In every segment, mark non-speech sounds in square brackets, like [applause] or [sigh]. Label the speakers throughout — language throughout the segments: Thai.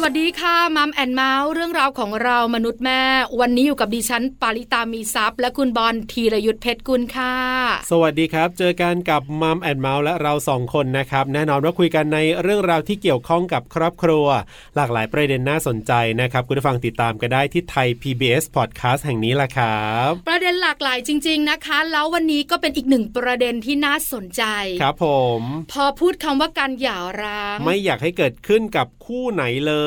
Speaker 1: สวัสดีค่ะมัมแอนเมาส์เรื่องราวของเรามนุษย์แม่ วันนี้อยู่กับดิฉัน ปาริตามีซัพย์และคุณบอลธีรยุทธเพชรกุลค่ะ
Speaker 2: สวัสดีครับ เจอกันกับมัมแอนเมาส์และเราสองคนนะครับ แน่นอนว่าคุยกันในเรื่องราวที่เกี่ยวข้องกับครอบครัว หลากหลายประเด็นน่าสนใจนะครับ คุณผู้ฟังติดตามกันได้ที่ไทย PBS Podcast แห่งนี้ละครับ
Speaker 1: ประเด็นหลากหลายจริง ๆนะคะ แล้ววันนี้ก็เป็นอีกหนึ่งประเด็นที่น่าสนใจ
Speaker 2: ครับผม
Speaker 1: พอพูดคำว่าการหย่าร้าง
Speaker 2: ไม่อยากให้เกิดขึ้นกับคู่ไหนเลย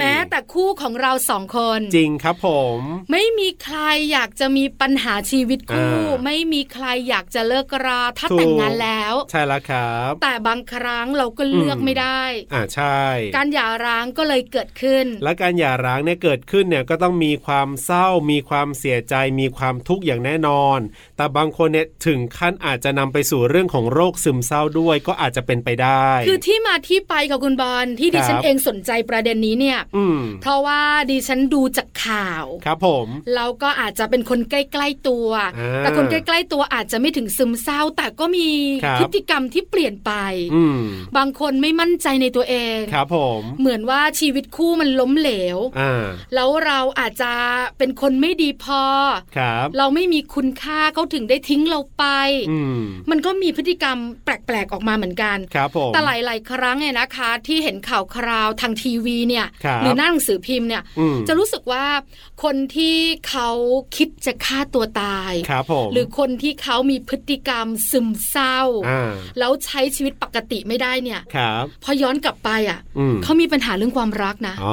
Speaker 1: แม้แต่คู่ของเราสองคน
Speaker 2: จริงครับผม
Speaker 1: ไม่มีใครอยากจะมีปัญหาชีวิตคู่
Speaker 2: อ่า
Speaker 1: ไม่มีใครอยากจะเลิกราถ้าแต่งงานแล้ว
Speaker 2: ใช่แล้วครับ
Speaker 1: แต่บางครั้งเราก็เลือก
Speaker 2: อืม
Speaker 1: ไม่ได้
Speaker 2: อ่าใช่
Speaker 1: การหย่าร้างก็เลยเกิดขึ้น
Speaker 2: [laughs] และการหย่าร้างเนี่ยเกิดขึ้นเนี่ยก็ต้องมีความเศร้า มีความเสียใจ มีความทุกข์อย่างแน่นอน แต่บางคนเนี่ยถึงขั้นอาจจะนำไปสู่เรื่องของโรคซึมเศร้าด้วยก็อาจจะเป็นไปได้
Speaker 1: คือที่มาที่ไปกับคุณบอลที่ดิฉัน
Speaker 2: ครับ
Speaker 1: เองสนใจประเด็นนี้เนี่ย
Speaker 2: อืม
Speaker 1: เพราะว่าดิฉันดูจากข่าว
Speaker 2: ครับผม
Speaker 1: เราก็อาจจะเป็นคนใกล้ ๆตัว
Speaker 2: อ่า
Speaker 1: แต่คนใกล้ ๆ ตัวอาจจะไม่ถึงซึมเศร้า แต่ก็มี
Speaker 2: ครับ
Speaker 1: พฤติกรรมที่เปลี่ยนไป
Speaker 2: อืม
Speaker 1: บางคนไม่มั่นใจในตัวเอง
Speaker 2: ครับผม
Speaker 1: เหมือนว่าชีวิตคู่มันล้มเหลว
Speaker 2: อ่า
Speaker 1: แล้วเราอาจจะเป็นคนไม่ดีพอ
Speaker 2: ครับ
Speaker 1: เราไม่มีคุณค่าเขาถึงได้ทิ้งเราไป
Speaker 2: อืม
Speaker 1: มันก็มีพฤติกรรมแปลกๆออกมาเหมือนกัน
Speaker 2: ครับผม
Speaker 1: แต่หลาย ๆ ครั้งเนี่ยนะคะ ที่เห็นข่าวคราวทางทีวีเนี่ย
Speaker 2: ครับ
Speaker 1: หรือหน้าหนังสือพิมพ์เนี่ย
Speaker 2: อืม
Speaker 1: จะรู้สึกว่าคนที่เขาคิดจะฆ่าตัวตาย
Speaker 2: ครับผม
Speaker 1: หรือคนที่เขามีพฤติกรรมซึมเศร้า
Speaker 2: อ่า
Speaker 1: แล้วใช้ชีวิตปกติไม่ได้เนี่ย
Speaker 2: ครับ
Speaker 1: พอย้อนกลับไปอ่ะ
Speaker 2: อืม
Speaker 1: เขามีปัญหาเรื่องความรักนะ
Speaker 2: อ๋อ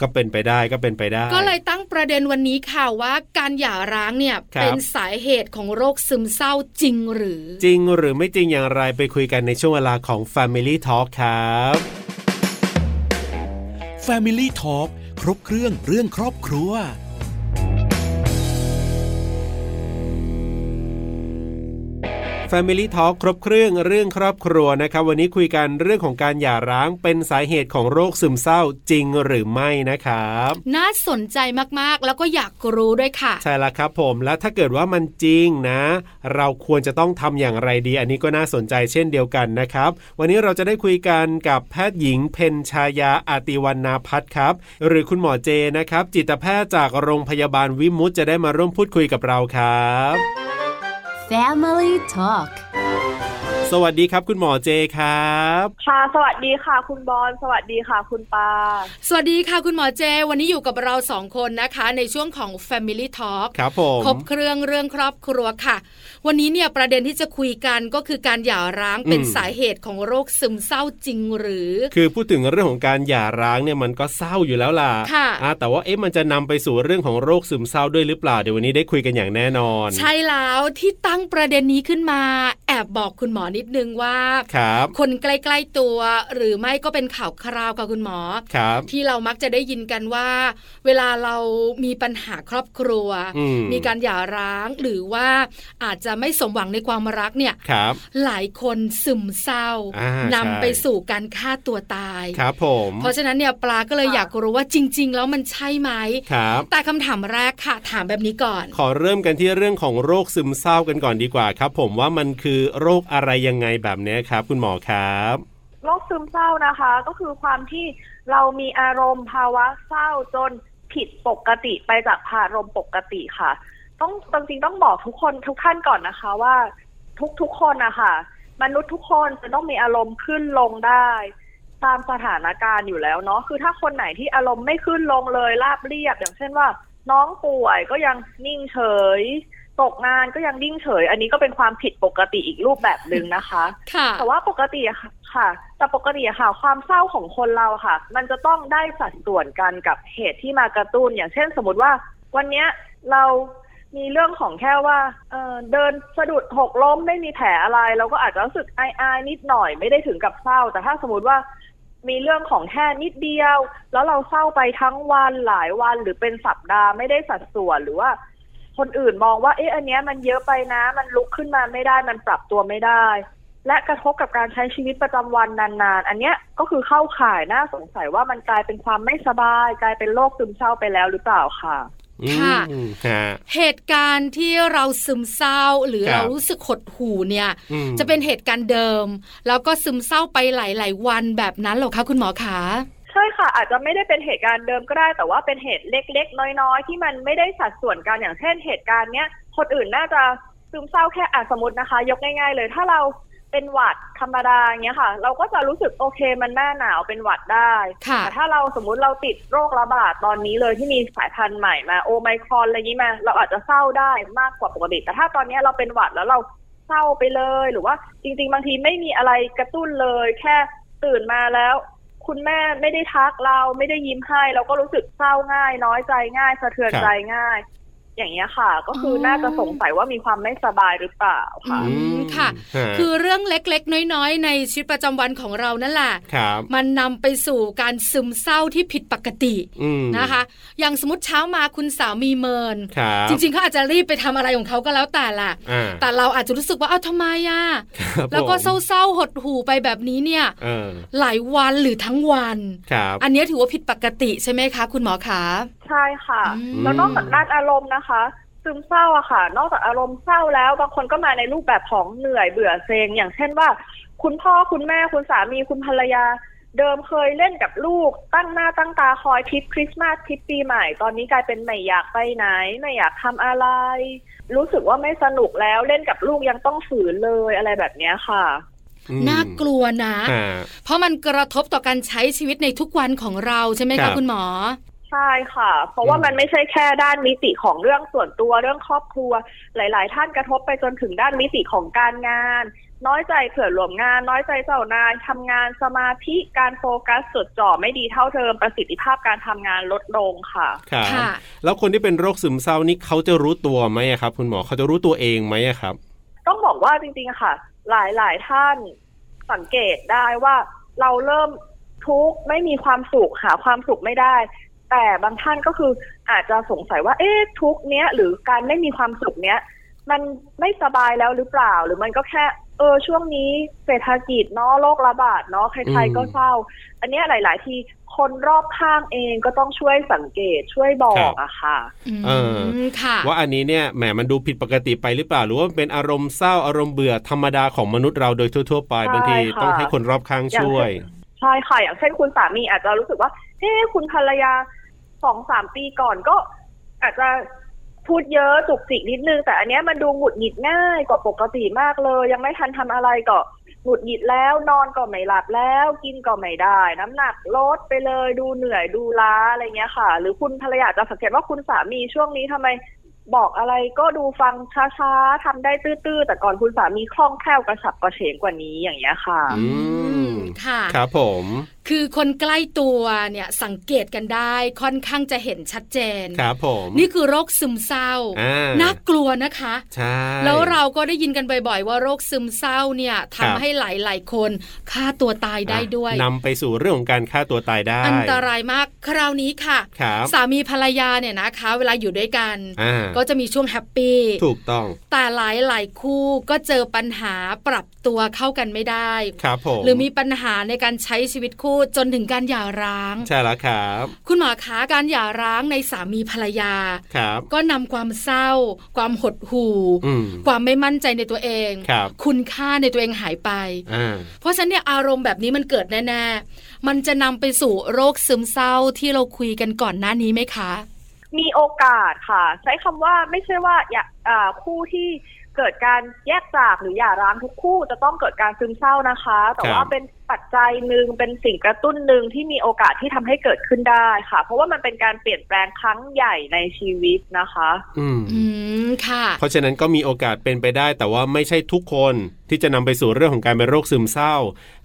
Speaker 2: ก็เป็นไปได้ก็เป็นไปได้
Speaker 1: ก็เลยตั้งประเด็นวันนี้ค่ะว่าการหย่าร้างเนี่ย
Speaker 2: ครับ
Speaker 1: เป็นสาเหตุของโรคซึมเศร้าจริงหรือ
Speaker 2: จริงหรือไม่จริงอย่างไรไปคุยกันในช่วงเวลาของ Family Talk ครับ
Speaker 3: Family Talk ครบเครื่องเรื่องครอบครัว
Speaker 2: Family Talk ครบเครื่องเรื่องครอบครัวนะครับ วันนี้คุยกันเรื่องของการหย่าร้างเป็นสาเหตุของโรคซึมเศร้าจริงหรือไม่นะครับ
Speaker 1: น่าสนใจมากๆ แล้วก็อยากรู้ด้วยค่ะ
Speaker 2: ใช่แล้วครับผมและถ้าเกิดว่ามันจริงนะ เราควรจะต้องทำอย่างไรดี อันนี้ก็น่าสนใจเช่นเดียวกันนะครับ วันนี้เราจะได้คุยกันกับแพทย์หญิงเพ็ญชายาอาติวันนาพัฒน์ครับ หรือคุณหมอเจนะครับ จิตแพทย์จากโรงพยาบาลวิมุตจะได้มาร่วมพูดคุยกับเราครับ
Speaker 4: Family Talk
Speaker 2: สวัสดีครับ คุณหมอเจครับ
Speaker 5: ค่ะ สวัสดีค่ะ คุณบอล สวัสดีค่ะ คุณปา
Speaker 1: สวัสดีค่ะคุณหมอเจ วันนี้อยู่กับเราสองคนนะคะ ในช่วงของ Family Talk
Speaker 2: ครับผม
Speaker 1: ครบเครื่องเรื่องครอบครัวค่ะ วันนี้เนี่ยประเด็นที่จะคุยกันก็คือการหย่าร้างเป็นสาเหตุของโรคซึมเศร้าจริงหรือ
Speaker 2: คือพูดถึงเรื่องของการหย่าร้างเนี่ยมันก็เศร้าอยู่แล้วล่ะ
Speaker 1: ค่ะ
Speaker 2: อ่าแต่ว่าเอ๊ะมันจะนำไปสู่เรื่องของโรคซึมเศร้าด้วยหรือเปล่าเดี๋ยววันนี้ได้คุยกันอย่างแน่นอน
Speaker 1: ใช่แล้วที่ตั้งประเด็นนี้ขึ้นมา แอบบอกคุณหมอนิดนึงว่า
Speaker 2: ครับ
Speaker 1: คนใกล้ๆตัว หรือไม่ก็เป็นข่าวคราวกับคุณหมอ
Speaker 2: ครับ
Speaker 1: ที่เรามักจะได้ยินกันว่า เวลาเรามีปัญหาครอบครัว
Speaker 2: อืม
Speaker 1: มีการหย่าร้างหรือว่าอาจจะไม่สมหวังในความรักเนี่ย
Speaker 2: ครับ
Speaker 1: หลายคนซึมเศร้า
Speaker 2: อ่าใช่
Speaker 1: นำไปสู่การฆ่าตัวตาย
Speaker 2: ครับผม
Speaker 1: เพราะฉะนั้นเนี่ยปลาก็เลยอยากรู้ว่าจริง ๆ แล้วมันใช่ไหม
Speaker 2: ครับ
Speaker 1: แต่คำถามแรกค่ะ ถามแบบนี้ก่อน
Speaker 2: ขอเริ่มกันที่เรื่องของโรคซึมเศร้ากันก่อนดีกว่าครับ ผมว่ามันคือโรคอะไรยังไงแบบเนี้ยครับ คุณหมอครับ
Speaker 5: โรคซึมเศร้านะคะ ก็คือความที่เรามีอารมณ์ภาวะเศร้าจนผิดปกติไปจากอารมณ์ปกติค่ะ ต้องจริงๆต้องบอกทุกคนทุกท่านก่อนนะคะว่าทุกทุกๆคนนะคะมนุษย์ทุกคนจะต้องมีอารมณ์ขึ้นลงได้ ตามสถานการณ์อยู่แล้วเนาะคือถ้าคนไหนที่อารมณ์ไม่ขึ้นลงเลยราบเรียบ อย่างเช่นว่า น้องป่วยก็ยังนิ่งเฉย ตกงานก็ยังนิ่งเฉย อันนี้ก็เป็นความผิดปกติอีกรูปแบบหนึ่งนะคะ
Speaker 1: ค่ะ
Speaker 5: แต่ว่าปกติอะค่ะค่ะ แต่ปกติอะค่ะ ความเศร้าของคนเราค่ะ มันจะต้องได้สัดส่วนกันกับเหตุที่มากระตุ้น อย่างเช่น สมมติว่า วันเนี้ยเรามีเรื่องของแค่ว่าเอ่อเดินสะดุดหกล้มไม่มีแผลอะไร เราก็อาจจะรู้สึกอายๆนิดหน่อยไม่ได้ถึงกับเศร้า แต่ถ้าสมมติว่า มีเรื่องของแค่นิดเดียว แล้วเราเศร้าไปทั้งวันหลายวันหรือเป็นสัปดาห์ไม่ได้สัดส่วนหรือว่า คนอื่นมองว่าเอ๊ะอันเนี้ยมันเยอะไปนะ มันลุกขึ้นมาไม่ได้มันปรับตัวไม่ได้ และกระทบกับการใช้ชีวิตประจำวันนานๆ อันเนี้ยก็คือเข้าข่ายน่าสงสัยว่ามันกลายเป็นความไม่สบาย กลายเป็นโรคซึมเศร้าไปแล้วหรือเปล่าค่ะ
Speaker 2: อื อืม
Speaker 1: ค่ะ
Speaker 2: ฮะ
Speaker 1: เหตุการณ์ที่เราซึมเศร้าหรือ
Speaker 2: ครับ
Speaker 1: เรารู้สึกหดหู่เนี่ย
Speaker 2: อืม
Speaker 1: จะเป็นเหตุการณ์เดิม แล้วก็ซึมเศร้าไปหลาย ๆ วันแบบนั้นเหรอคะคุณหมอขา
Speaker 5: ใช่ค่ะ อาจจะไม่ได้เป็นเหตุการณ์เดิมก็ได้ แต่ว่าเป็นเหตุเล็ก ๆ น้อยๆ ที่มันไม่ได้สัดส่วนกันอย่างเช่นเหตุการณ์เนี้ยคนอื่นน่าจะซึมเศร้าแค่อ่ะสมมตินะคะ ยกง่าย ๆ เลย ถ้าเราเป็นหวัดธรรมดาอย่างเงี้ยค่ะ เราก็จะรู้สึกโอเคมันหน้าหนาวเป็นหวัดได้
Speaker 1: ค่ะ
Speaker 5: แต่ถ้าเราสมมุติเราติดโรคระบาดตอนนี้เลยที่มีสายพันธุ์ใหม่มาโอไมครอนอะไรนี้มา เราอาจจะเศร้าได้มากกว่าปกติ แต่ถ้าตอนนี้เราเป็นหวัดแล้วเราเศร้าไปเลยหรือว่าจริง ๆ บางทีไม่มีอะไรกระตุ้นเลย แค่ตื่นมาแล้ว คุณแม่ไม่ได้ทักเราไม่ได้ยิ้มให้ เราก็รู้สึกเศร้าง่าย น้อยใจง่ายสะเทือนใจง่าย อย่างเงี้ยค่ะ ก็คืออ
Speaker 1: ม
Speaker 5: น่าจะสงสัยว่ามีความไม่สบายหรือเปล่าค่ะ
Speaker 1: อืมค่ะ
Speaker 2: ฮะ
Speaker 1: คือเรื่องเล็ก ๆ น้อย ๆ ในชีวิตประจำวันของเรานั่นแหละ
Speaker 2: ครับ
Speaker 1: มันนำไปสู่การซึมเศร้าที่ผิดปกติ
Speaker 2: อืม
Speaker 1: นะคะ อย่างสมมติเช้ามาคุณสามีเมิน
Speaker 2: ครับ
Speaker 1: จริง ๆเขาอาจจะรีบไปทำอะไรของเขาก็แล้วแต่แหละ
Speaker 2: อ่า
Speaker 1: แต่เราอาจจะรู้สึกว่าอ้าวทำไมอ่ะ
Speaker 2: ครับ
Speaker 1: แล้วก็
Speaker 2: ผม
Speaker 1: เศร้าๆหดหู่ไปแบบนี้เนี่ย
Speaker 2: เออ
Speaker 1: หลายวันหรือทั้งวัน
Speaker 2: ครับ
Speaker 1: อันเนี้ยถือว่าผิดปกติใช่ไหมคะ คุณหมอขา
Speaker 5: ใช่ค่ะ
Speaker 1: อืม
Speaker 5: แล้วนอกจากด้านอารมณ์นะคะ ซึมเศร้าอะค่ะ นอกจากอารมณ์เศร้าแล้วบางคนก็มาในรูปแบบของเหนื่อยเบื่อเซ็งอย่างเช่นว่า คุณพ่อคุณแม่คุณสามีคุณภรรยา เดิมเคยเล่นกับลูก ตั้งหน้าตั้งตาคอยทริปคริสต์มาสทริปปีใหม่ ตอนนี้กลายเป็นไม่อยากไปไหน ไม่อยากทำอะไร รู้สึกว่าไม่สนุกแล้วเล่นกับลูกยังต้องฝืนเลยอะไรแบบเนี้ยค่ะ
Speaker 2: อืม
Speaker 1: น่ากลัวนะ
Speaker 2: อ่า
Speaker 1: เพราะมันกระทบต่อการใช้ชีวิตในทุกวันของเราใช่ไหม
Speaker 2: ครั
Speaker 1: คะ
Speaker 2: บ
Speaker 1: คุณหมอ
Speaker 5: ใช่ค่ะ เพราะว่ามันไม่ใช่แค่ด้านมิติของเรื่องส่วนตัวเรื่องครอบครัว หลาย ๆ ท่านกระทบไปจนถึงด้านมิติของการงาน น้อยใจเผื่อหลวมงาน น้อยใจเจ้านายทำงานสมาธิการโฟกัสจดจ่อไม่ดีเท่าเดิมประสิทธิภาพการทำงานลดลงค่ะ
Speaker 2: ครับ
Speaker 1: ค่ะ
Speaker 2: แล้วคนที่เป็นโรคซึมเศร้านี่เขาจะรู้ตัวไหมอะครับ คุณหมอเขาจะรู้ตัวเองไหมอะครับ
Speaker 5: ต้องบอกว่าจริงๆอะค่ะ หลายๆท่านสังเกตได้ว่าเราเริ่มทุกข์ไม่มีความสุขหาความสุขไม่ได้ แต่บางท่านก็คืออาจจะสงสัยว่า เอ๊ะทุกข์เนี้ยหรือการไม่มีความสุขเนี้ยมันไม่สบายแล้วหรือเปล่า หรือมันก็แค่ เออช่วงนี้เศรษฐกิจเนาะโรคระบาดเนาะใครๆก็
Speaker 2: อืม
Speaker 5: เศร้า อันเนี้ยหลาย ๆ ทีคนรอบข้างเองก็ต้องช่วยสังเกตช่วยบอ
Speaker 2: ครั
Speaker 5: ก
Speaker 2: บ
Speaker 5: อะค่ะ
Speaker 1: อืม
Speaker 2: เออ
Speaker 1: ค่ะ
Speaker 2: ว่าอันนี้เนี่ยแหมมันดูผิดปกติไปหรือเปล่า หรือว่ามันเป็นอารมณ์เศร้าอารมณ์เบื่อธรรมดาของมนุษย์เราโดยทั่ว ๆ ไป
Speaker 5: ใช่
Speaker 2: บางที
Speaker 5: ค่ะ
Speaker 2: ต้องให้คนรอบข้างช่วย
Speaker 5: ใช่ค่ะ อย่างเช่นคุณสามีอาจจะรู้สึกว่าเฮ้คุณภรรยาสองสามปีก่อนก็อาจจะพูดเยอะจุกจิกนิดนึง แต่อันเนี้ยมันดูหงุดหงิดง่ายกว่าปกติมากเลย ยังไม่ทันทำอะไรก็หงุดหงิดแล้ว นอนก็ไม่หลับแล้ว กินก็ไม่ได้ น้ำหนักลดไปเลยดูเหนื่อยดูล้าอะไรเงี้ยค่ะ หรือคุณภรรยาอาจจะสังเกตว่าคุณสามีช่วงนี้ทำไม บอกอะไรก็ดูฟังช้าๆทำได้ตื้อๆแต่ก่อนคุณสามีคล่องแคล่วกระฉับกระเฉงกว่านี้อย่างเงี้ยค่ะ
Speaker 2: อืม
Speaker 1: ค่ะ
Speaker 2: ครับผม
Speaker 1: คือคนใกล้ตัวเนี่ยสังเกตกันได้ค่อนข้างจะเห็นชัดเจน
Speaker 2: ครับผม
Speaker 1: นี่คือโรคซึมเศร้า
Speaker 2: อ่า
Speaker 1: น่ากลัวนะคะ
Speaker 2: ใช่
Speaker 1: แล้วเราก็ได้ยินกันบ่อยๆ ว่าโรคซึมเศร้าเนี่ยทำให้หลายๆคนฆ่าตัวตายได้ด้วย
Speaker 2: นำไปสู่เรื่องของการฆ่าตัวตายได้
Speaker 1: อันตรายมากคราวนี้ค่ะ
Speaker 2: ครับ
Speaker 1: สามีภรรยาเนี่ยนะคะ เวลาอยู่ด้วยกัน
Speaker 2: อ่า
Speaker 1: ก็จะมีช่วงแฮปปี้
Speaker 2: ถูกต้อง
Speaker 1: แต่หลายหลายๆคู่ก็เจอปัญหาปรับตัวเข้ากันไม่ได้
Speaker 2: ครับผม
Speaker 1: หรือมีปัญหาในการใช้ชีวิตคู่จนถึงการหย่าร้าง
Speaker 2: ใช่แล้วครับ
Speaker 1: คุณหมอคะการหย่าร้างในสามีภรรยา
Speaker 2: ครับ
Speaker 1: ก็นำความเศร้า ความหดหู่
Speaker 2: อืม
Speaker 1: ความไม่มั่นใจในตัวเอง
Speaker 2: ครับ
Speaker 1: คุณค่าในตัวเองหายไป
Speaker 2: อ่า
Speaker 1: เพราะฉะนั้นเนี่ยอารมณ์แบบนี้มันเกิดแน่ๆ มันจะนำไปสู่โรคซึมเศร้าที่เราคุยกันก่อนหน้านี้ไหมคะ
Speaker 5: มีโอกาสค่ะ ใช้คำว่าไม่ใช่ว่าอย่าอ่าคู่ที่เกิดการแยกจากหรือหย่าร้างทุกคู่จะต้องเกิดการซึมเศร้านะคะ แต่
Speaker 2: ค
Speaker 5: ว่า
Speaker 2: รับ
Speaker 5: เป็นปัจจัยหนึ่งเป็นสิ่งกระตุ้นหนึ่งที่มีโอกาสที่ทำให้เกิดขึ้นได้ค่ะ เพราะว่ามันเป็นการเปลี่ยนแปลงครั้งใหญ่ในชีวิตนะคะ
Speaker 2: อืม
Speaker 1: อืมค่ะ
Speaker 2: เพราะฉะนั้นก็มีโอกาสเป็นไปได้ แต่ว่าไม่ใช่ทุกคนที่จะนำไปสู่เรื่องของการเป็นโรคซึมเศร้า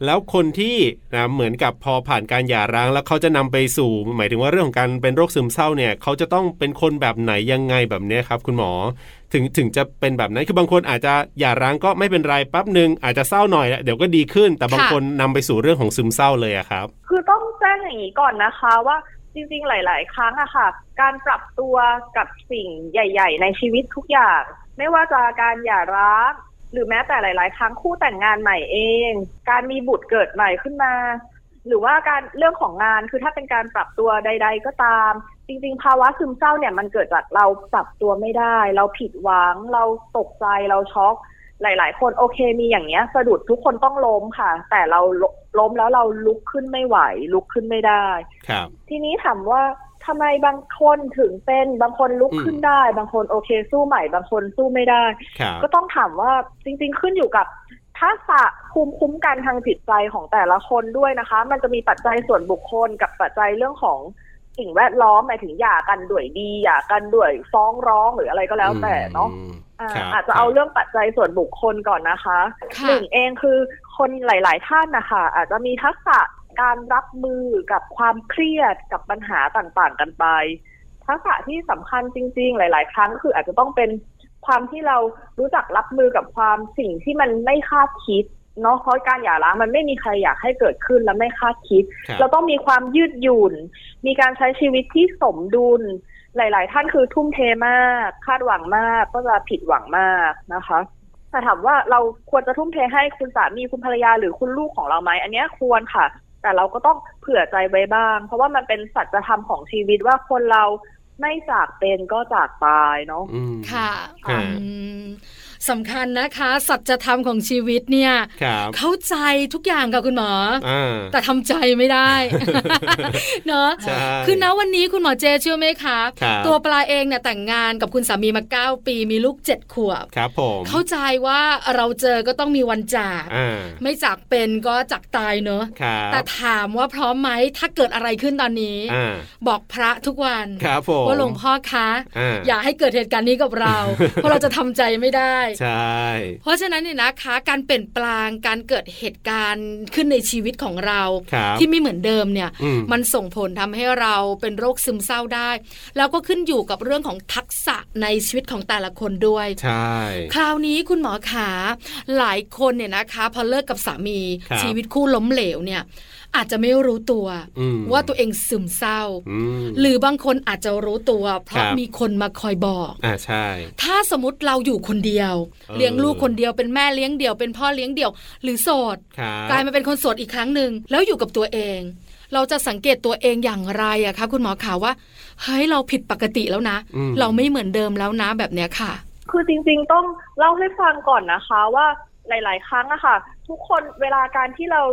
Speaker 2: แล้วคนที่นะเหมือนกับพอผ่านการหย่าร้างแล้วเขาจะนำไปสู่ หมายถึงว่าเรื่องของการเป็นโรคซึมเศร้าเนี่ยเขาจะต้องเป็นคนแบบไหนยังไงแบบเนี้ยครับ คุณหมอ ถึงถึงจะเป็นแบบนั้นคือบางคนอาจจะหย่าร้างก็ไม่เป็นไรแป๊บหนึ่งอาจจะเศร้าหน่อยแล้วเดี๋ยวก็ดีขึ้น แต่บาง
Speaker 1: ค่ะ
Speaker 2: คนนำไปสู่เรื่องของซึมเศร้าเลยอะครับ
Speaker 5: คือต้องแจ้งอย่างนี้ก่อนนะคะว่าจริงๆ หลาย ๆ ครั้งอะค่ะ การปรับตัวกับสิ่งใหญ่ ๆ ในชีวิตทุกอย่าง ไม่ว่าจะการหย่าร้างหรือแม้แต่หลาย ๆ ครั้งคู่แต่งงานใหม่เอง การมีบุตรเกิดใหม่ขึ้นมา หรือว่าการเรื่องของงานคือถ้าเป็นการปรับตัวใด ๆ ก็ตาม จริงๆ ภาวะซึมเศร้าเนี่ยมันเกิดจากเราปรับตัวไม่ได้ เราผิดหวัง เราตกใจเราช็อก หลายๆ คนโอเคมีอย่างเงี้ยสะดุดทุกคนต้องล้มค่ะ แต่เราล้มแล้วเราลุกขึ้นไม่ไหว ลุกขึ้นไม่ได้
Speaker 2: ครับ
Speaker 5: ทีนี้ถามว่าทำไมบางคนถึงเป็นบางคนลุก
Speaker 2: อืม
Speaker 5: ขึ้นได้ บางคนโอเคสู้ใหม่ บางคนสู้ไม่ได้
Speaker 2: ครับ
Speaker 5: ก็ต้องถามว่าจริงๆขึ้นอยู่กับทักษะภูมิคุ้มกันทางจิตใจของแต่ละคนด้วยนะคะ มันจะมีปัจจัยส่วนบุคคลกับปัจจัยเรื่องของสิ่งแวดล้อมหมายถึงหย่ากันด้วยดีหย่ากันด้วยฟ้องร้องหรืออะไรก็แล้วแต่เนาะ
Speaker 2: อืม
Speaker 5: อ่า
Speaker 2: ครับ
Speaker 5: อาจจะเอาเรื่องปัจจัยส่วนบุคคลก่อนนะคะห
Speaker 1: ค่ะ
Speaker 5: นึ่งเองคือคนหลาย ๆ ท่านนะคะอาจจะมีทักษะการรับมือกับความเครียดกับปัญหาต่างๆ กันไป ทักษะที่สำคัญจริง ๆ หลาย ๆ ครั้งคืออาจจะต้องเป็นความที่เรารู้จักรับมือกับความสิ่งที่มันไม่คาดคิดเนาะเพราะการหย่าร้างมันไม่มีใครอยากให้เกิดขึ้นและไม่คาดคิด
Speaker 2: ครับ
Speaker 5: เราต้องมีความยืดหยุ่น มีการใช้ชีวิตที่สมดุล หลาย ๆ ท่านคือทุ่มเทมาก คาดหวังมาก ก็จะผิดหวังมากนะคะแต่ถามว่าเราควรจะทุ่มเทให้คุณสามีคุณภรรยาหรือคุณลูกของเราไหมอันเนี้ยควรค่ะ แต่เราก็ต้องเผื่อใจไว้บ้าง เพราะว่ามันเป็นสัจธรรมของชีวิตว่าคนเราไม่จากเป็นก็จากตายเนาะ
Speaker 2: อืม
Speaker 1: ค่ะ
Speaker 2: ครับ
Speaker 1: อืมสำคัญนะคะ สัจธรรมของชีวิตเนี่ย
Speaker 2: ครับ
Speaker 1: เข้าใจทุกอย่างค่ะคุณหมอ
Speaker 2: อ่า [laughs]
Speaker 1: แต่ทำใจไม่ได้ เนอะ
Speaker 2: ใช่
Speaker 1: คือณวันนี้คุณหมอเจเชื่อไหมคะ
Speaker 2: ครับ
Speaker 1: ตัวปลาเองเนี่ยแต่งงานกับคุณสามีมา 9 ปีมีลูก 7 ขวบ
Speaker 2: ครับผม
Speaker 1: เข้าใจว่าเราเจอก็ต้องมีวันจาก
Speaker 2: อ่า
Speaker 1: ไม่จากเป็นก็จากตายเนอะ
Speaker 2: ครับ
Speaker 1: แต่ถามว่าพร้อมไหมถ้าเกิดอะไรขึ้นตอนนี้
Speaker 2: อ่า
Speaker 1: บอกพระทุกวัน
Speaker 2: ครับผม
Speaker 1: ว่าหลวงพ่อคะ
Speaker 2: อ่า
Speaker 1: อย่าให้เกิดเหตุการณ์นี้กับเรา
Speaker 2: [laughs]
Speaker 1: เพราะเราจะทำใจไม่ได้
Speaker 2: ใช่
Speaker 1: เพราะฉะนั้นเนี่ยนะคะ การเปลี่ยนแปลงการเกิดเหตุการณ์ขึ้นในชีวิตของเรา
Speaker 2: ครับ
Speaker 1: ที่ไม่เหมือนเดิมเนี่ย
Speaker 2: อืม
Speaker 1: มันส่งผลทำให้เราเป็นโรคซึมเศร้าได้ แล้วก็ขึ้นอยู่กับเรื่องของทักษะในชีวิตของแต่ละคนด้วย
Speaker 2: ใช่
Speaker 1: คราวนี้คุณหมอขา หลายคนเนี่ยนะคะ พอเลิกกับสามี
Speaker 2: ครับ
Speaker 1: ชีวิตคู่ล้มเหลวเนี่ย อาจจะไม่รู้ตัว
Speaker 2: อืม
Speaker 1: ว่าตัวเองซึมเศร้า
Speaker 2: อืม
Speaker 1: หรือบางคนอาจจะรู้ตัว เพ
Speaker 2: ครั
Speaker 1: ราะ
Speaker 2: บ
Speaker 1: มีคนมาคอยบอก
Speaker 2: อ่าใช่
Speaker 1: ถ้าสมมติเราอยู่คนเดียว
Speaker 2: เออ
Speaker 1: เลี้ยงลูกคนเดียวเป็นแม่เลี้ยงเดี่ยวเป็นพ่อเลี้ยงเดี่ยว หรือโสด
Speaker 2: ครับ
Speaker 1: กลายมาเป็นคนโสดอีกครั้งหนึ่งแล้วอยู่กับตัวเอง เราจะสังเกตตัวเองอย่างไรอะคะคุณหมอข่าวว่าเฮ้ยเราผิดปกติแล้วนะ
Speaker 2: อืม
Speaker 1: เราไม่เหมือนเดิมแล้วนะแบบเนี้ยค่ะ
Speaker 5: คือจริงๆต้องเล่าให้ฟังก่อนนะคะว่าหลาย ๆ ครั้งอะค่ะ ทุกคนเวลาการที่เรา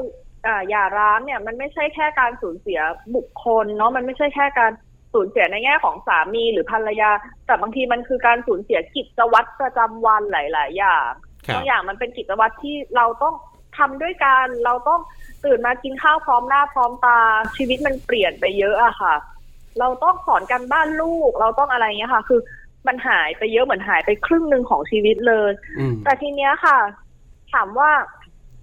Speaker 5: อ่าหย่าร้างเนี่ยมันไม่ใช่แค่การสูญเสียบุคคลเนาะมันไม่ใช่แค่การสูญเสียในแง่ของสามีหรือภรรยา แต่บางทีมันคือการสูญเสียกิจวัตรประจำวันหลาย ๆ อย่าง
Speaker 2: ครับ
Speaker 5: บางอย่างมันเป็นกิจวัตรที่เราต้องทำด้วยกันเราต้องตื่นมากินข้าวพร้อมหน้าพร้อมตาชีวิตมันเปลี่ยนไปเยอะอะค่ะ เราต้องสอนกันบ้านลูก เราต้องอะไรเงี้ยค่ะ คือมันหายไปเยอะเหมือนหายไปครึ่งหนึ่งของชีวิตเลย
Speaker 2: อืม
Speaker 5: แต่ทีเนี้ยค่ะ ถามว่า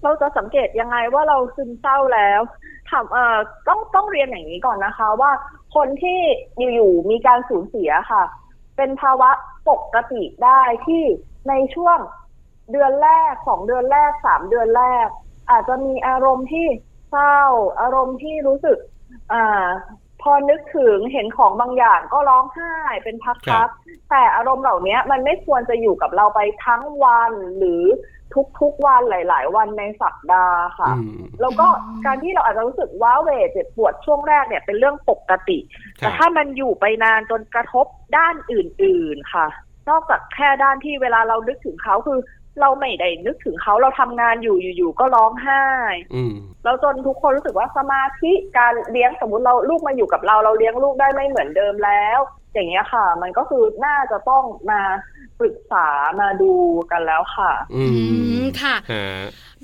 Speaker 5: เราจะสังเกตยังไงว่าเราซึมเศร้าแล้ว ถามเอ่อต้องต้องเรียนอย่างนี้ก่อนนะคะ ว่าคนที่อยู่ๆมีการสูญเสียค่ะ เป็นภาวะปกติได้ที่ในช่วงเดือนแรกสองเดือนแรกสามเดือนแรก อาจจะมีอารมณ์ที่เศร้า อารมณ์ที่รู้สึก อ่า พอนึกถึงเห็นของบางอย่างก็ร้องไห้เป็นพัก
Speaker 2: ครั
Speaker 5: ๆ
Speaker 2: บ
Speaker 5: แต่อารมณ์เหล่านี้มันไม่ควรจะอยู่กับเราไปทั้งวันหรือทุกๆวันหลาย ๆ วันในสัปดาห์ค่ะ
Speaker 2: อืม
Speaker 5: แล้วก็
Speaker 1: อืม
Speaker 5: การที่เราอาจจะรู้สึกว้าเหวเจ็บปวดช่วงแรกเนี่ยเป็นเรื่องปกติ
Speaker 2: ครั
Speaker 5: แต่
Speaker 2: บ
Speaker 5: ถ้ามันอยู่ไปนานจนกระทบด้านอื่น ๆ ค่ะ นอกจากแค่ด้านที่เวลาเรานึกถึงเขาคือ เราไม่ได้นึกถึงเขาเราทำงานอยู่อยู่ๆก็ร้องไห้
Speaker 2: อืม
Speaker 5: แล้วจนทุกคนรู้สึกว่าสมาธิการเลี้ยงสมมติเราลูกมาอยู่กับเราเราเลี้ยงลูกได้ไม่เหมือนเดิมแล้ว อย่างเงี้ยค่ะ มันก็คือน่าจะต้องมาปรึกษามาดูกันแล้วค่ะ
Speaker 2: อื
Speaker 1: อื
Speaker 2: ม
Speaker 1: มค่ะ
Speaker 2: ฮะ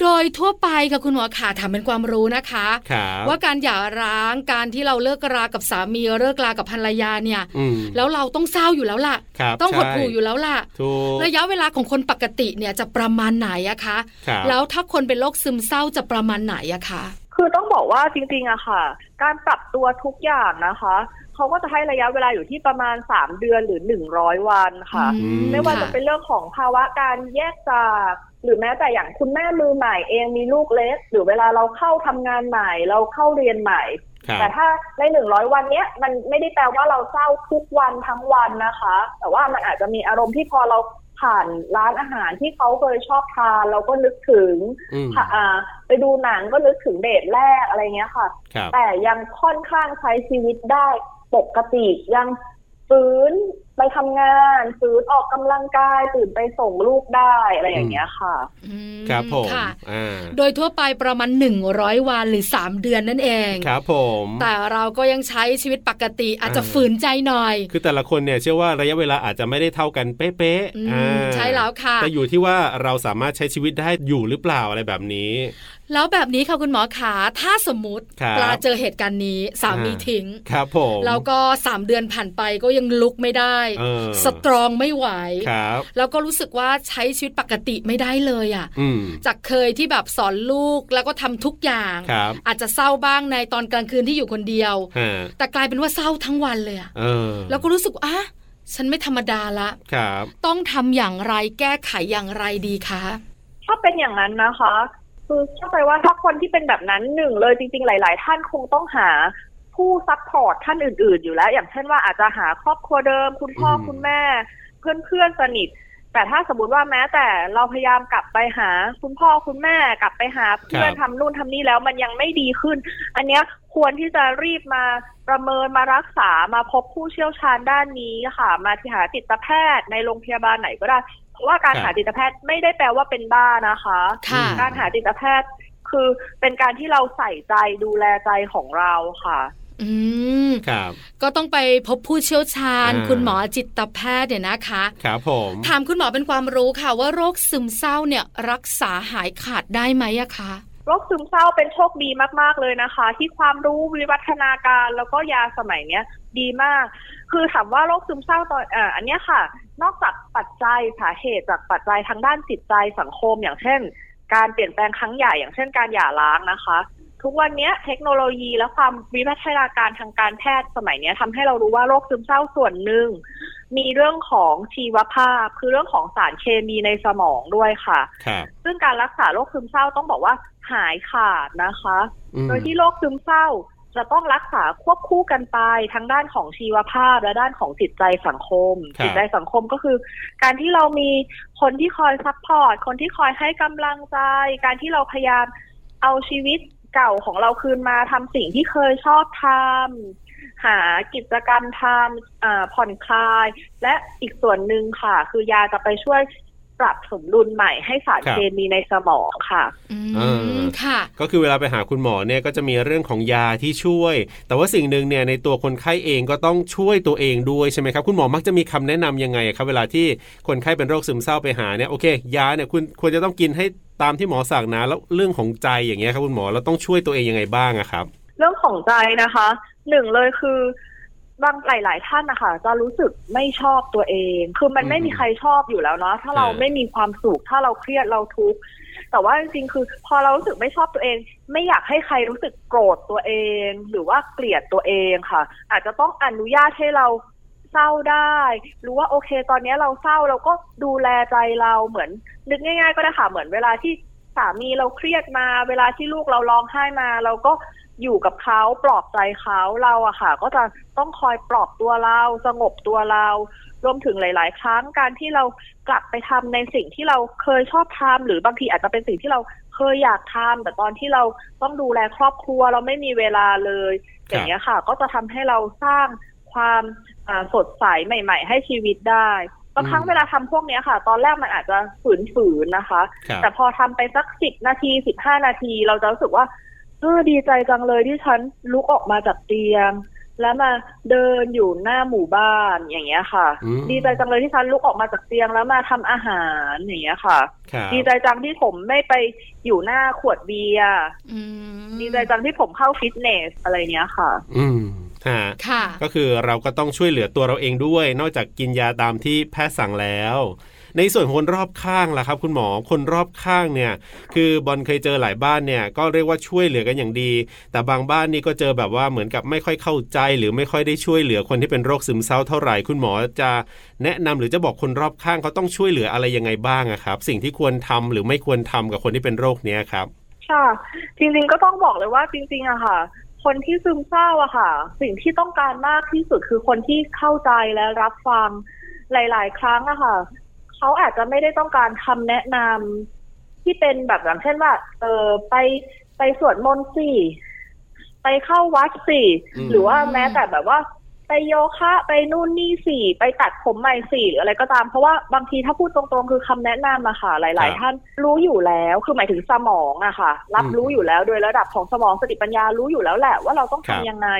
Speaker 1: โดยทั่วไปค่ะคุณหมอขาถามเป็นความรู้นะคะ
Speaker 2: ครับ
Speaker 1: ว่าการหย่าร้างการที่เราเลิกรากับสามีเลิกรากับภรรยาเนี่ย
Speaker 2: อืม
Speaker 1: แล้วเราต้องเศร้าอยู่แล้วล่ะ
Speaker 2: ครับ
Speaker 1: ต้องหด
Speaker 2: ใช่
Speaker 1: หู่อยู่แล้วล่ะ
Speaker 2: ถูก
Speaker 1: ระยะเวลาของคนปกติเนี่ยจะประมาณไหนอะคะ
Speaker 2: ครับ
Speaker 1: แล้วถ้าคนเป็นโรคซึมเศร้าจะประมาณไหนอะคะ
Speaker 5: คือต้องบอกว่าจริงๆอะค่ะ การปรับตัวทุกอย่างนะคะเขาก็จะให้ระยะเวลาอยู่ที่ประมาณ 3 เดือนหรือ 100 วันค่ะ
Speaker 1: อืม
Speaker 5: ไม่ว่าจะเป็นเรื่องของภาวะการแยกจากหรือแม้แต่อย่างคุณแม่มือใหม่เองมีลูกเล็ก หรือเวลาเราเข้าทำงานใหม่ เราเข้าเรียนใหม่
Speaker 2: ครับ
Speaker 5: แต่ถ้าในหนึ่งร้อยวันเนี้ยมันไม่ได้แปลว่าเราเศร้าทุกวันทั้งวันนะคะ แต่ว่ามันอาจจะมีอารมณ์ที่พอเราผ่านร้านอาหารที่เขาเคยชอบทานเราก็นึกถึง
Speaker 2: อืม
Speaker 5: ผ่าอ่าไปดูหนังก็นึกถึงเดทแรกอะไรเงี้ยค่ะ
Speaker 2: ครับ
Speaker 5: แต่ยังค่อนข้างใช้ชีวิตได้ ปกติยังฟื้นไปทำงานฟื้นออกกำลังกายตื่นไปส่งลูกได้อะไรอย่างเงี้ยค่ะ
Speaker 1: อืม
Speaker 2: ครับผม
Speaker 1: ค่ะ
Speaker 2: อ่า
Speaker 1: โดยทั่วไปประมาณ 100 วันหรือ 3 เดือนนั่นเอง
Speaker 2: ครับผม
Speaker 1: แต่เราก็ยังใช้ชีวิตปกติอาจจะ
Speaker 2: อ่า
Speaker 1: ฝืนใจหน่อย
Speaker 2: คือแต่ละคนเนี่ยเชื่อว่าระยะเวลาอาจจะไม่ได้เท่ากันเป๊ะ
Speaker 1: อืม
Speaker 2: ๆอ่า
Speaker 1: ใช่แล้วค่ะ
Speaker 2: แต่อยู่ที่ว่าเราสามารถใช้ชีวิตได้อยู่หรือเปล่าอะไรแบบนี้
Speaker 1: แล้วแบบนี้ค่ะคุณหมอขาถ้าสมมติ
Speaker 2: ครับ
Speaker 1: ปลาเจอเหตุการณ์นี้สามีทิ้ง
Speaker 2: ครับผม
Speaker 1: แล้วก็สามเดือนผ่านไปก็ยังลุกไม่ได้
Speaker 2: เออ
Speaker 1: สตรองไม่ไหว
Speaker 2: ครับ
Speaker 1: แล้วก็รู้สึกว่าใช้ชีวิตปกติไม่ได้เลยอะ่ะ
Speaker 2: อืม
Speaker 1: จากเคยที่แบบสอนลูกแล้วก็ทำทุกอย่าง
Speaker 2: ครับ
Speaker 1: อาจจะเศร้าบ้างในตอนกลางคืนที่อยู่คนเดียว
Speaker 2: ฮะ
Speaker 1: แต่กลายเป็นว่าเศร้าทั้งวันเลยอะ
Speaker 2: เออ
Speaker 1: แล้วก็รู้สึกว่าอ่ะฉันไม่ธรรมดาละ
Speaker 2: ครับ
Speaker 1: ต้องทำอย่างไรแก้ไขอย่างไรดีคะ
Speaker 5: ถ้าเป็นอย่างนั้นนะคะ คือเข้าใจว่าถ้าคนที่เป็นแบบนั้นหนึ่งเลยจริงๆ หลาย ๆ ท่านคงต้องหาผู้ซัพพอร์ตท่านอื่น ๆ อยู่แล้ว อย่างเช่นว่าอาจจะหาครอบครัวเดิม คุณพ่อ
Speaker 2: ม
Speaker 5: คุณแม่ เพื่อนๆสนิท แต่ถ้าสมมติว่าแม้แต่เราพยายามกลับไปหา คุณพ่อคุณแม่กลับไปหาเพื่อน
Speaker 2: ครับ
Speaker 5: ทำนู่นทำนี่แล้วมันยังไม่ดีขึ้น อันเนี้ยควรที่จะรีบมาประเมินมารักษามาพบผู้เชี่ยวชาญด้านนี้ค่ะ มาที่หาจิตแพทย์ในโรงพยาบาลไหนก็ได้ เพราะว่าการ
Speaker 2: ครับ
Speaker 5: หาจิตแพทย์ไม่ได้แปลว่าเป็นบ้านะคะ
Speaker 1: ค่ะ
Speaker 5: การหาจิตแพทย์คือเป็นการที่เราใส่ใจดูแลใจของเราค่ะ
Speaker 1: อืม
Speaker 2: ครับ
Speaker 1: ก็ต้องไปพบผู้เชี่ยวชาญ
Speaker 2: อ่า
Speaker 1: คุณหมอจิตแพทย์เนี่ยนะคะ
Speaker 2: ครับผม
Speaker 1: ถามคุณหมอเป็นความรู้ค่ะว่าโรคซึมเศร้าเนี่ยรักษาหายขาดได้ไหมอะคะ
Speaker 5: โรคซึมเศร้าเป็นโชคดีมาก ๆ เลยนะคะ ที่ความรู้วิวัฒนาการแล้วก็ยาสมัยเนี้ยดีมาก คือถามว่าโรคซึมเศร้าตอนเอ่ออันเนี้ยค่ะ นอกจากปัจจัยสาเหตุจากปัจจัยทางด้านจิตใจสังคม อย่างเช่น การเปลี่ยนแปลงครั้งใหญ่อย่างเช่นการหย่าร้างนะคะ ทุกวันเนี้ยเทคโนโลยีและความวิวัฒนาการทางการแพทย์สมัยเนี้ยทำให้เรารู้ว่าโรคซึมเศร้าส่วนหนึ่ง มีเรื่องของชีวภาพ คือเรื่องของสารเคมีในสมองด้วยค่ะ
Speaker 2: ครับ
Speaker 5: ซึ่งการรักษาโรคซึมเศร้าต้องบอกว่าหายขาดนะคะ
Speaker 2: อืม
Speaker 5: โดยที่โรคซึมเศร้าจะต้องรักษาควบคู่กันไปทั้งด้านของชีวภาพและด้านของจิตใจสังคม จิตใจสังคมก็คือ การที่เรามีคนที่คอยซัพพอร์ต คนที่คอยให้กำลังใจ การที่เราพยายามเอาชีวิตเก่าของเราคืนมาทำสิ่งที่เคยชอบทำหากิจกรรมทำอ่าผ่อนคลาย และอีกส่วนหนึ่งค่ะ คือยาจะไปช่วยปรับสมดุลใหม่ให้สารเคมีในสมองค่ะ
Speaker 1: อื
Speaker 2: า
Speaker 1: มค่ะ
Speaker 2: ก็คือเวลาไปหาคุณหมอเนี่ยก็จะมีเรื่องของยาที่ช่วย แต่ว่าสิ่งหนึ่งเนี่ยในตัวคนไข้เองก็ต้องช่วยตัวเองด้วยใช่ไหมครับ คุณหมอมักจะมีคำแนะนำยังไงครับเวลาที่คนไข้เป็นโรคซึมเศร้าไปหาเนี่ยโอเค ยาเนี่ยคุณควรจะต้องกินให้ตามที่หมอสั่งนะแล้วเรื่องของใจอย่างเงี้ยครับคุณหมอเราต้องช่วยตัวเองยังไงบ้างอะครับ
Speaker 5: เรื่องของใจนะคะหนึ่งเลยคือบางหลาย ๆ ท่านนะคะจะรู้สึกไม่ชอบตัวเอง คือมัน
Speaker 2: อืม
Speaker 5: ไม่มีใครชอบอยู่แล้วเนาะถ้าเรา
Speaker 2: ใช่
Speaker 5: ไม่มีความสุขถ้าเราเครียดเราทุกข์แต่ว่าจริง ๆ คือ พอเรารู้สึกไม่ชอบตัวเอง ไม่อยากให้ใครรู้สึกโกรธตัวเอง หรือว่าเกลียดตัวเองค่ะ อาจจะต้องอนุญาตให้เราเศร้าได้รู้ว่าโอเค ตอนนี้เราเศร้าเราก็ดูแลใจเราเหมือน นึกง่าย ๆ ก็ได้ค่ะเหมือนเวลาที่สามีเราเครียดมา เวลาที่ลูกเราร้องไห้มา เราก็อยู่กับเขาปลอบใจเขาเราอะค่ะ ก็จะต้องคอยปลอบตัวเราสงบตัวเรา รวมถึงหลาย ๆ ครั้งการที่เรากลับไปทำในสิ่งที่เราเคยชอบทำหรือบางทีอาจจะเป็นสิ่งที่เราเคยอยากทำแต่ตอนที่เราต้องดูแลครอบครัวเราไม่มีเวลาเลย
Speaker 2: ครับ
Speaker 5: อย่างเงี้ยค่ะ ก็จะทำให้เราสร้างความอ่าสดใสใหม่ ๆ ให้ชีวิตได้บางครั้งเวลาทำพวกเนี้ยค่ะ ตอนแรกมันอาจจะฝืน ๆ นะคะ
Speaker 2: ครับ
Speaker 5: แต่พอทำไปสักสิบนาทีสิบห้านาที เราจะรู้สึกว่าเออดีใจจังเลยที่ฉันลุกออกมาจากเตียง แล้วมาเดินอยู่หน้าหมู่บ้านอย่างเงี้ยค่ะ
Speaker 2: อืม
Speaker 5: ดีใจจังเลยที่ฉันลุกออกมาจากเตียงแล้วมาทำอาหารอย่างเงี้ยค่ะ
Speaker 2: ครับ
Speaker 5: ดีใจจังที่ผมไม่ไปอยู่หน้าขวดเบียร์
Speaker 1: อืม
Speaker 5: ดีใจจังที่ผมเข้าฟิตเนสอะไรเนี้ยค่ะ
Speaker 2: อืมฮะ
Speaker 1: ค่ะ
Speaker 2: ก็คือเราก็ต้องช่วยเหลือตัวเราเองด้วย นอกจากกินยาตามที่แพทย์สั่งแล้ว ในส่วนของคนรอบข้างล่ะครับ คุณหมอคนรอบข้างเนี่ย คือบอลเคยเจอหลายบ้านเนี่ย ก็เรียกว่าช่วยเหลือกันอย่างดี แต่บางบ้านนี่ก็เจอแบบว่าเหมือนกับไม่ค่อยเข้าใจ หรือไม่ค่อยได้ช่วยเหลือคนที่เป็นโรคซึมเศร้าเท่าไหร่คุณหมอจะแนะนำหรือจะบอกคนรอบข้างเขาต้องช่วยเหลืออะไรยังไงบ้างอะครับ สิ่งที่ควรทำหรือไม่ควรทำกับคนที่เป็นโรคเนี้ยครับ
Speaker 5: ค่ะ จริงๆก็ต้องบอกเลยว่าจริง ๆอะค่ะ คนที่ซึมเศร้าอะค่ะ สิ่งที่ต้องการมากที่สุดคือคนที่เข้าใจและรับฟังหลาย ๆ ครั้งอะค่ะ เขาอาจจะไม่ได้ต้องการคำแนะนำที่เป็นแบบอย่างเช่นว่า เออไปไปสวดมนต์สิไปเข้าวัดสิ
Speaker 2: อืม
Speaker 5: หรือว่าแม้แต่แบบว่า ไปโยคะไปนู่นนี่สี่ไปตัดผมใหม่สี่หรืออะไรก็ตาม เพราะว่าบางทีถ้าพูดตรงๆ คือคำแนะนำอะค่ะ ห
Speaker 2: ครั
Speaker 5: ลาย
Speaker 2: บ
Speaker 5: ๆ ท่านรู้อยู่แล้วคือหมายถึงสมองอะค่ะ รับ
Speaker 2: อืม
Speaker 5: รู้อยู่แล้วโดยระดับของสมองสติปัญญารู้อยู่แล้วแหละ ว่าเราต้อง
Speaker 2: ครับ
Speaker 5: ทำยังไง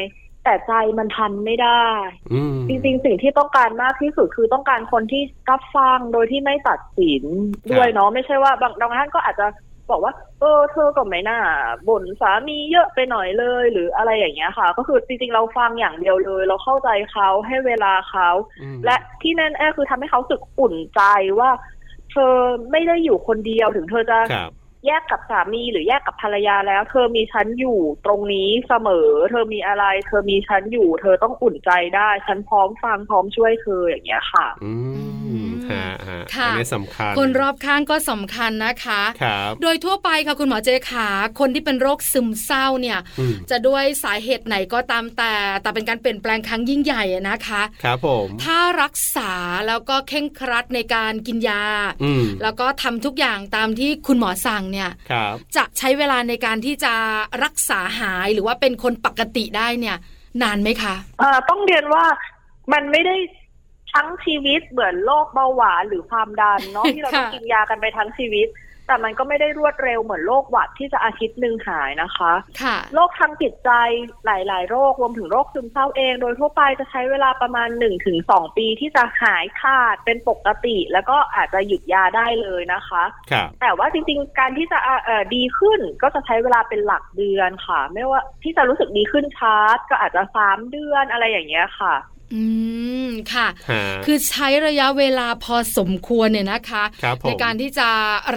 Speaker 5: แต่ใจมันทันไม่ได้
Speaker 2: อืม
Speaker 5: จริงๆ สิ่งที่ต้องการมากที่สุดคือต้องการคนที่รับฟังโดยที่ไม่ตัดสินด้วย
Speaker 2: ครับ
Speaker 5: เนาะไม่ใช่ว่าบางบางท่านก็อาจจะบอกว่า เออเธอก็ไม่น่าบ่นสามีเยอะไปหน่อยเลย หรืออะไรอย่างเงี้ยค่ะ ก็คือจริงๆ เราฟังอย่างเดียวเลย เราเข้าใจเขาให้เวลาเขา และที่แน่ๆคือทำให้เขารู้สึกอุ่นใจว่า เธอไม่ได้อยู่คนเดียวถึงเธอจะ
Speaker 2: ครับ
Speaker 5: แยกกับสามีหรือแยกกับภรรยาแล้ว เธอมีฉันอยู่ตรงนี้เสมอ เธอมีอะไร เธอมีฉันอยู่ เธอต้องอุ่นใจได้ ฉันพร้อมฟังพร้อมช่วยเธออย่างเงี้ยค่ะ
Speaker 2: อืมฮะฮะ
Speaker 1: ค่ะ
Speaker 2: อันนี้สำคัญ
Speaker 1: คนรอบข้างก็สำคัญนะคะ
Speaker 2: ครับ
Speaker 1: โดยทั่วไปค่ะคุณหมอเจขาคนที่เป็นโรคซึมเศร้าเนี่ย
Speaker 2: อืม
Speaker 1: จะด้วยสาเหตุไหนก็ตามแต่ แต่เป็นการเปลี่ยนแปลงครั้งยิ่งใหญ่อะนะคะ
Speaker 2: ครับผม
Speaker 1: ถ้ารักษาแล้วก็เข่งครัดในการกินยา
Speaker 2: อืม
Speaker 1: แล้วก็ทำทุกอย่างตามที่คุณหมอสั่งเนี่ย
Speaker 2: ครับ
Speaker 1: จะใช้เวลาในการที่จะรักษาหายหรือว่าเป็นคนปกติได้เนี่ย นานไหมคะ
Speaker 5: เอ่อต้องเรียนว่ามันไม่ได้ทั้งชีวิตเหมือนโรคเบาหวานหรือ [laughs] ความดันเนาะ ที่เราต้อง
Speaker 1: ค่ะ
Speaker 5: กินยากันไปทั้งชีวิต แต่มันก็ไม่ได้รวดเร็วเหมือนโรคหวัดที่จะอาทิตย์หนึ่งหายนะคะ
Speaker 1: ค่ะ
Speaker 5: โรคทางจิตใจหลาย ๆ โรครวมถึงโรคซึมเศร้าเอง โดยทั่วไปจะใช้เวลาประมาณ 1-2 ปีที่จะหายขาดเป็นปกติ แล้วก็อาจจะหยุดยาได้เลยนะคะ
Speaker 2: ครับ
Speaker 5: แต่ว่าจริง ๆ การที่จะเอ่อดีขึ้นก็จะใช้เวลาเป็นหลักเดือนค่ะ ไม่ว่าที่จะรู้สึกดีขึ้นช้าก็อาจจะสามเดือนอะไรอย่างเงี้ยค่ะ
Speaker 1: อืมค่ะ
Speaker 2: ฮะ
Speaker 1: คือใช้ระยะเวลาพอสมควรเนี่ยนะคะ
Speaker 2: ครับผม
Speaker 1: ในการที่จะ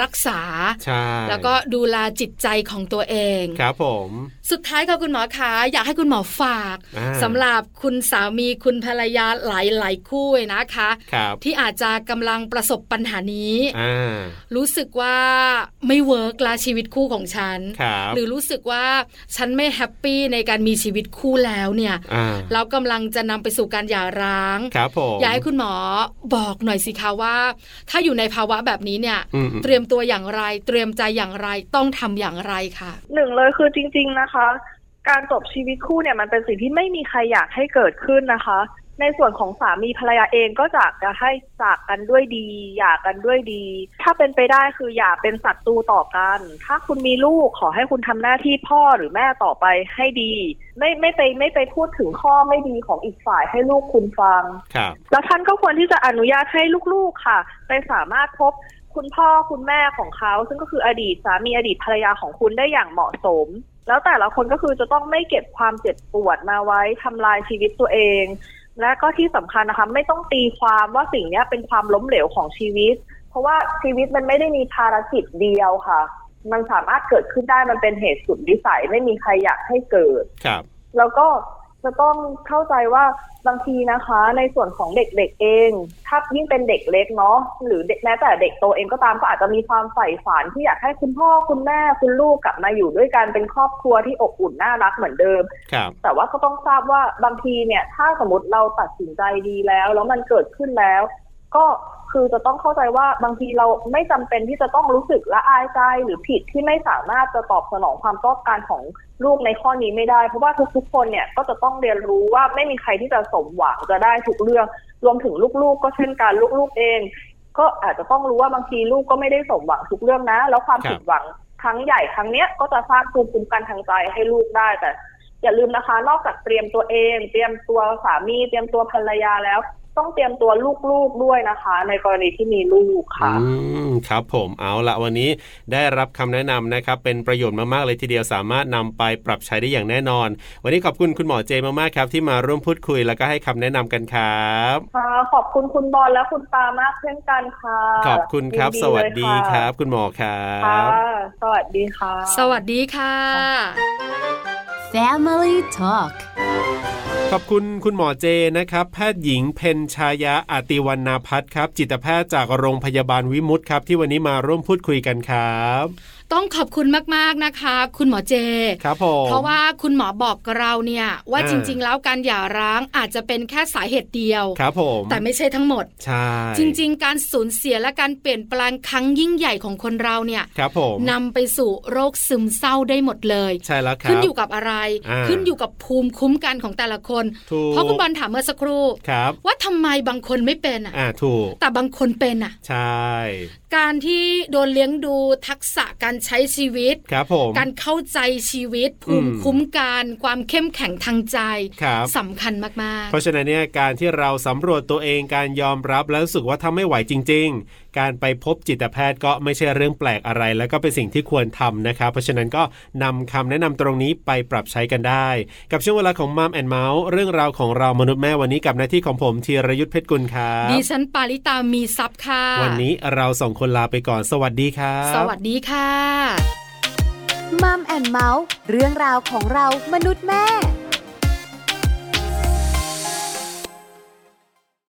Speaker 1: รักษา
Speaker 2: ใช่
Speaker 1: แล้วก็ดูแลจิตใจของตัวเอง
Speaker 2: ครับผม
Speaker 1: สุดท้ายค่ะคุณหมอคะอยากให้คุณหมอฝาก
Speaker 2: อ่า
Speaker 1: สำหรับคุณสามีคุณภรรยาหลายหลายๆคู่เลยนะคะ
Speaker 2: ครับ
Speaker 1: ที่อาจจะกำลังประสบปัญหานี้
Speaker 2: อ่า
Speaker 1: รู้สึกว่าไม่เวิร์กละชีวิตคู่ของฉัน
Speaker 2: ครับ
Speaker 1: หรือรู้สึกว่าฉันไม่แฮปปี้ในการมีชีวิตคู่แล้วเนี่ย
Speaker 2: อ่า
Speaker 1: แล้วกำลังจะนำไปสู่การหย่าร้าง
Speaker 2: ครับผม
Speaker 1: อยากให้คุณหมอบอกหน่อยสิคะว่า ถ้าอยู่ในภาวะแบบนี้เนี่ย
Speaker 2: อืมอืม
Speaker 1: เตรียมตัวอย่างไร เตรียมใจอย่างไรต้องทำอย่างไรค่ะ
Speaker 5: หนึ่งเลยคือจริง ๆนะคะ การจบชีวิตคู่เนี่ยมันเป็นสิ่งที่ไม่มีใครอยากให้เกิดขึ้นนะคะ ในส่วนของสามีภรรยาเองก็อยากจะให้จากกันด้วยดีอยากกันด้วยดี ถ้าเป็นไปได้คืออย่าเป็นศัตรูต่อกัน ถ้าคุณมีลูกขอให้คุณทำหน้าที่พ่อหรือแม่ต่อไปให้ดี ไม่ไม่ไปไม่ไปพูดถึงข้อไม่ดีของอีกฝ่ายให้ลูกคุณฟัง
Speaker 2: ครับ
Speaker 5: แล้วท่านก็ควรที่จะอนุญาตให้ลูกๆค่ะ ไปสามารถพบคุณพ่อคุณแม่ของเขา ซึ่งก็คืออดีตสามีอดีตภรรยาของคุณได้อย่างเหมาะสม แล้วแต่ละคนก็คือจะต้องไม่เก็บความเจ็บปวดมาไว้ทำลายชีวิตตัวเอง และก็ที่สำคัญนะคะไม่ต้องตีความว่าสิ่งเนี้ยเป็นความล้มเหลวของชีวิต เพราะว่าชีวิตมันไม่ได้มีภารกิจเดียวค่ะ มันสามารถเกิดขึ้นได้มันเป็นเหตุสุดวิสัยไม่มีใครอยากให้เกิด
Speaker 2: ครับ
Speaker 5: แล้วก็จะต้องเข้าใจว่าบางทีนะคะ ในส่วนของเด็กๆเองถ้ายิ่งเป็นเด็กเล็กเนาะหรือเด็กแม้แต่เด็กโตเองก็ตามก็อาจจะมีความใฝ่ฝันที่อยากให้คุณพ่อคุณแม่คุณลูกกลับมาอยู่ด้วยกันเป็นครอบครัวที่อบอุ่นน่ารักเหมือนเดิม
Speaker 2: ครับ
Speaker 5: แต่ว่าก็ต้องทราบว่าบางทีเนี่ย ถ้าสมมติเราตัดสินใจดีแล้ว แล้วมันเกิดขึ้นแล้ว ก็คือจะต้องเข้าใจว่าบางทีเราไม่จำเป็นที่จะต้องรู้สึกละอายใจหรือผิดที่ไม่สามารถจะตอบสนองความต้องการของลูกในข้อนี้ไม่ได้ เพราะว่าทุกๆคนเนี่ยก็จะต้องเรียนรู้ว่าไม่มีใครที่จะสมหวังจะได้ทุกเรื่อง รวมถึงลูกๆ ก็เช่นกันลูกๆเอง ก็อาจจะต้องรู้ว่าบางทีลูกก็ไม่ได้สมหวังทุกเรื่องนะ แล้วความ
Speaker 2: ครับ
Speaker 5: ผิดหวังครั้งใหญ่ครั้งเนี้ยก็จะสร้างภูมิคุ้มกันทางใจให้ลูกได้แต่ อย่าลืมนะคะ นอกจากเตรียมตัวเอง เตรียมตัวสามีเตรียมตัวภรรยาแล้ว ต้องเตรียมตัวลูกๆด้วยนะคะ ในกรณีที่มีลูกค่ะ
Speaker 2: อืมครับผมเอาละวันนี้ได้รับคำแนะนำนะครับ เป็นประโยชน์มากๆเลยทีเดียวสามารถนำไปปรับใช้ได้อย่างแน่นอน วันนี้ขอบคุณคุณหมอเจมากๆครับ ที่มาร่วมพูดคุยแล้วก็ให้คำแนะนำกันครับ
Speaker 5: ค่ะ ขอบคุณคุณบอลและคุณปามากเช่นกันค่ะ
Speaker 2: ขอบคุณครับ
Speaker 5: ยิน
Speaker 2: สวัสดี
Speaker 5: เลยะ
Speaker 2: ครับ คุณหมอครับ
Speaker 5: ค่ะ สวัสดีค่ะ
Speaker 1: สวัสดีค่ะ
Speaker 4: Family Talk
Speaker 2: ขอบคุณคุณหมอเจนะครับ แพทย์หญิงเพนชายาอาติวันนาพัฒน์ครับ จิตแพทย์จากโรงพยาบาลวิมุตครับ ที่วันนี้มาร่วมพูดคุยกันครับ
Speaker 1: ต้องขอบคุณมากๆนะคะ คุณหมอเจ
Speaker 2: ครับผม
Speaker 1: เพราะว่าคุณหมอบอกกับเราเนี่ย ว่า
Speaker 2: อ่า
Speaker 1: จริงๆ แล้วการหย่าร้างอาจจะเป็นแค่สาเหตุเดียว
Speaker 2: ครับผม
Speaker 1: แต่ไม่ใช่ทั้งหมด
Speaker 2: ใช่
Speaker 1: จริงๆ การสูญเสียและการเปลี่ยนแปลงครั้งยิ่งใหญ่ของคนเราเนี่ย
Speaker 2: ๆครับผม
Speaker 1: นำไปสู่โรคซึมเศร้าได้หมดเลย
Speaker 2: ใช่แล้วครับ
Speaker 1: ขึ้นอยู่กับอะไร
Speaker 2: อ่า
Speaker 1: ขึ้นอยู่กับภูมิคุ้มกันของแต่ละคน
Speaker 2: ถูก
Speaker 1: เพราะคุณบอลถามเมื่อสักครู่
Speaker 2: ครับ
Speaker 1: ว่าทำไมบางคนไม่เป็นอ่ะ
Speaker 2: อ่าถูก
Speaker 1: แต่บางคนเป็นอ่ะ
Speaker 2: ใช่
Speaker 1: การที่โดนเลี้ยงดูทักษะการใช้ชีวิต
Speaker 2: ครับผม
Speaker 1: การเข้าใจชีวิต ภูมิ
Speaker 2: อืม
Speaker 1: คุ้มกันความเข้มแข็งทางใจ
Speaker 2: ครับ
Speaker 1: สำคัญมาก
Speaker 2: เพราะฉะนั้นเนี่ยการที่เราสำรวจตัวเองการยอมรับแล้วรู้สึกว่าทำไม่ไหวจริง ๆ การไปพบจิตแพทย์ก็ไม่ใช่เรื่องแปลกอะไร แล้วก็เป็นสิ่งที่ควรทำนะครับ เพราะฉะนั้นก็นำคำแนะนำตรงนี้ไปปรับใช้กันได้ กับช่วงเวลาของมัมแอนเมาส์เรื่องราวของเรามนุษย์แม่วันนี้กับหน้าที่ของผมธีรยุทธเพชรกุลครั
Speaker 1: ๆ
Speaker 2: บ
Speaker 1: ดิฉันปาริตามีซับค่ะ
Speaker 2: วันนี้เราสองคนลาไปก่อนสวัสดีครับ
Speaker 1: สวัสดีค่ะ
Speaker 4: มัมแอนเมาส์เรื่องราวของเรามนุษย์แม่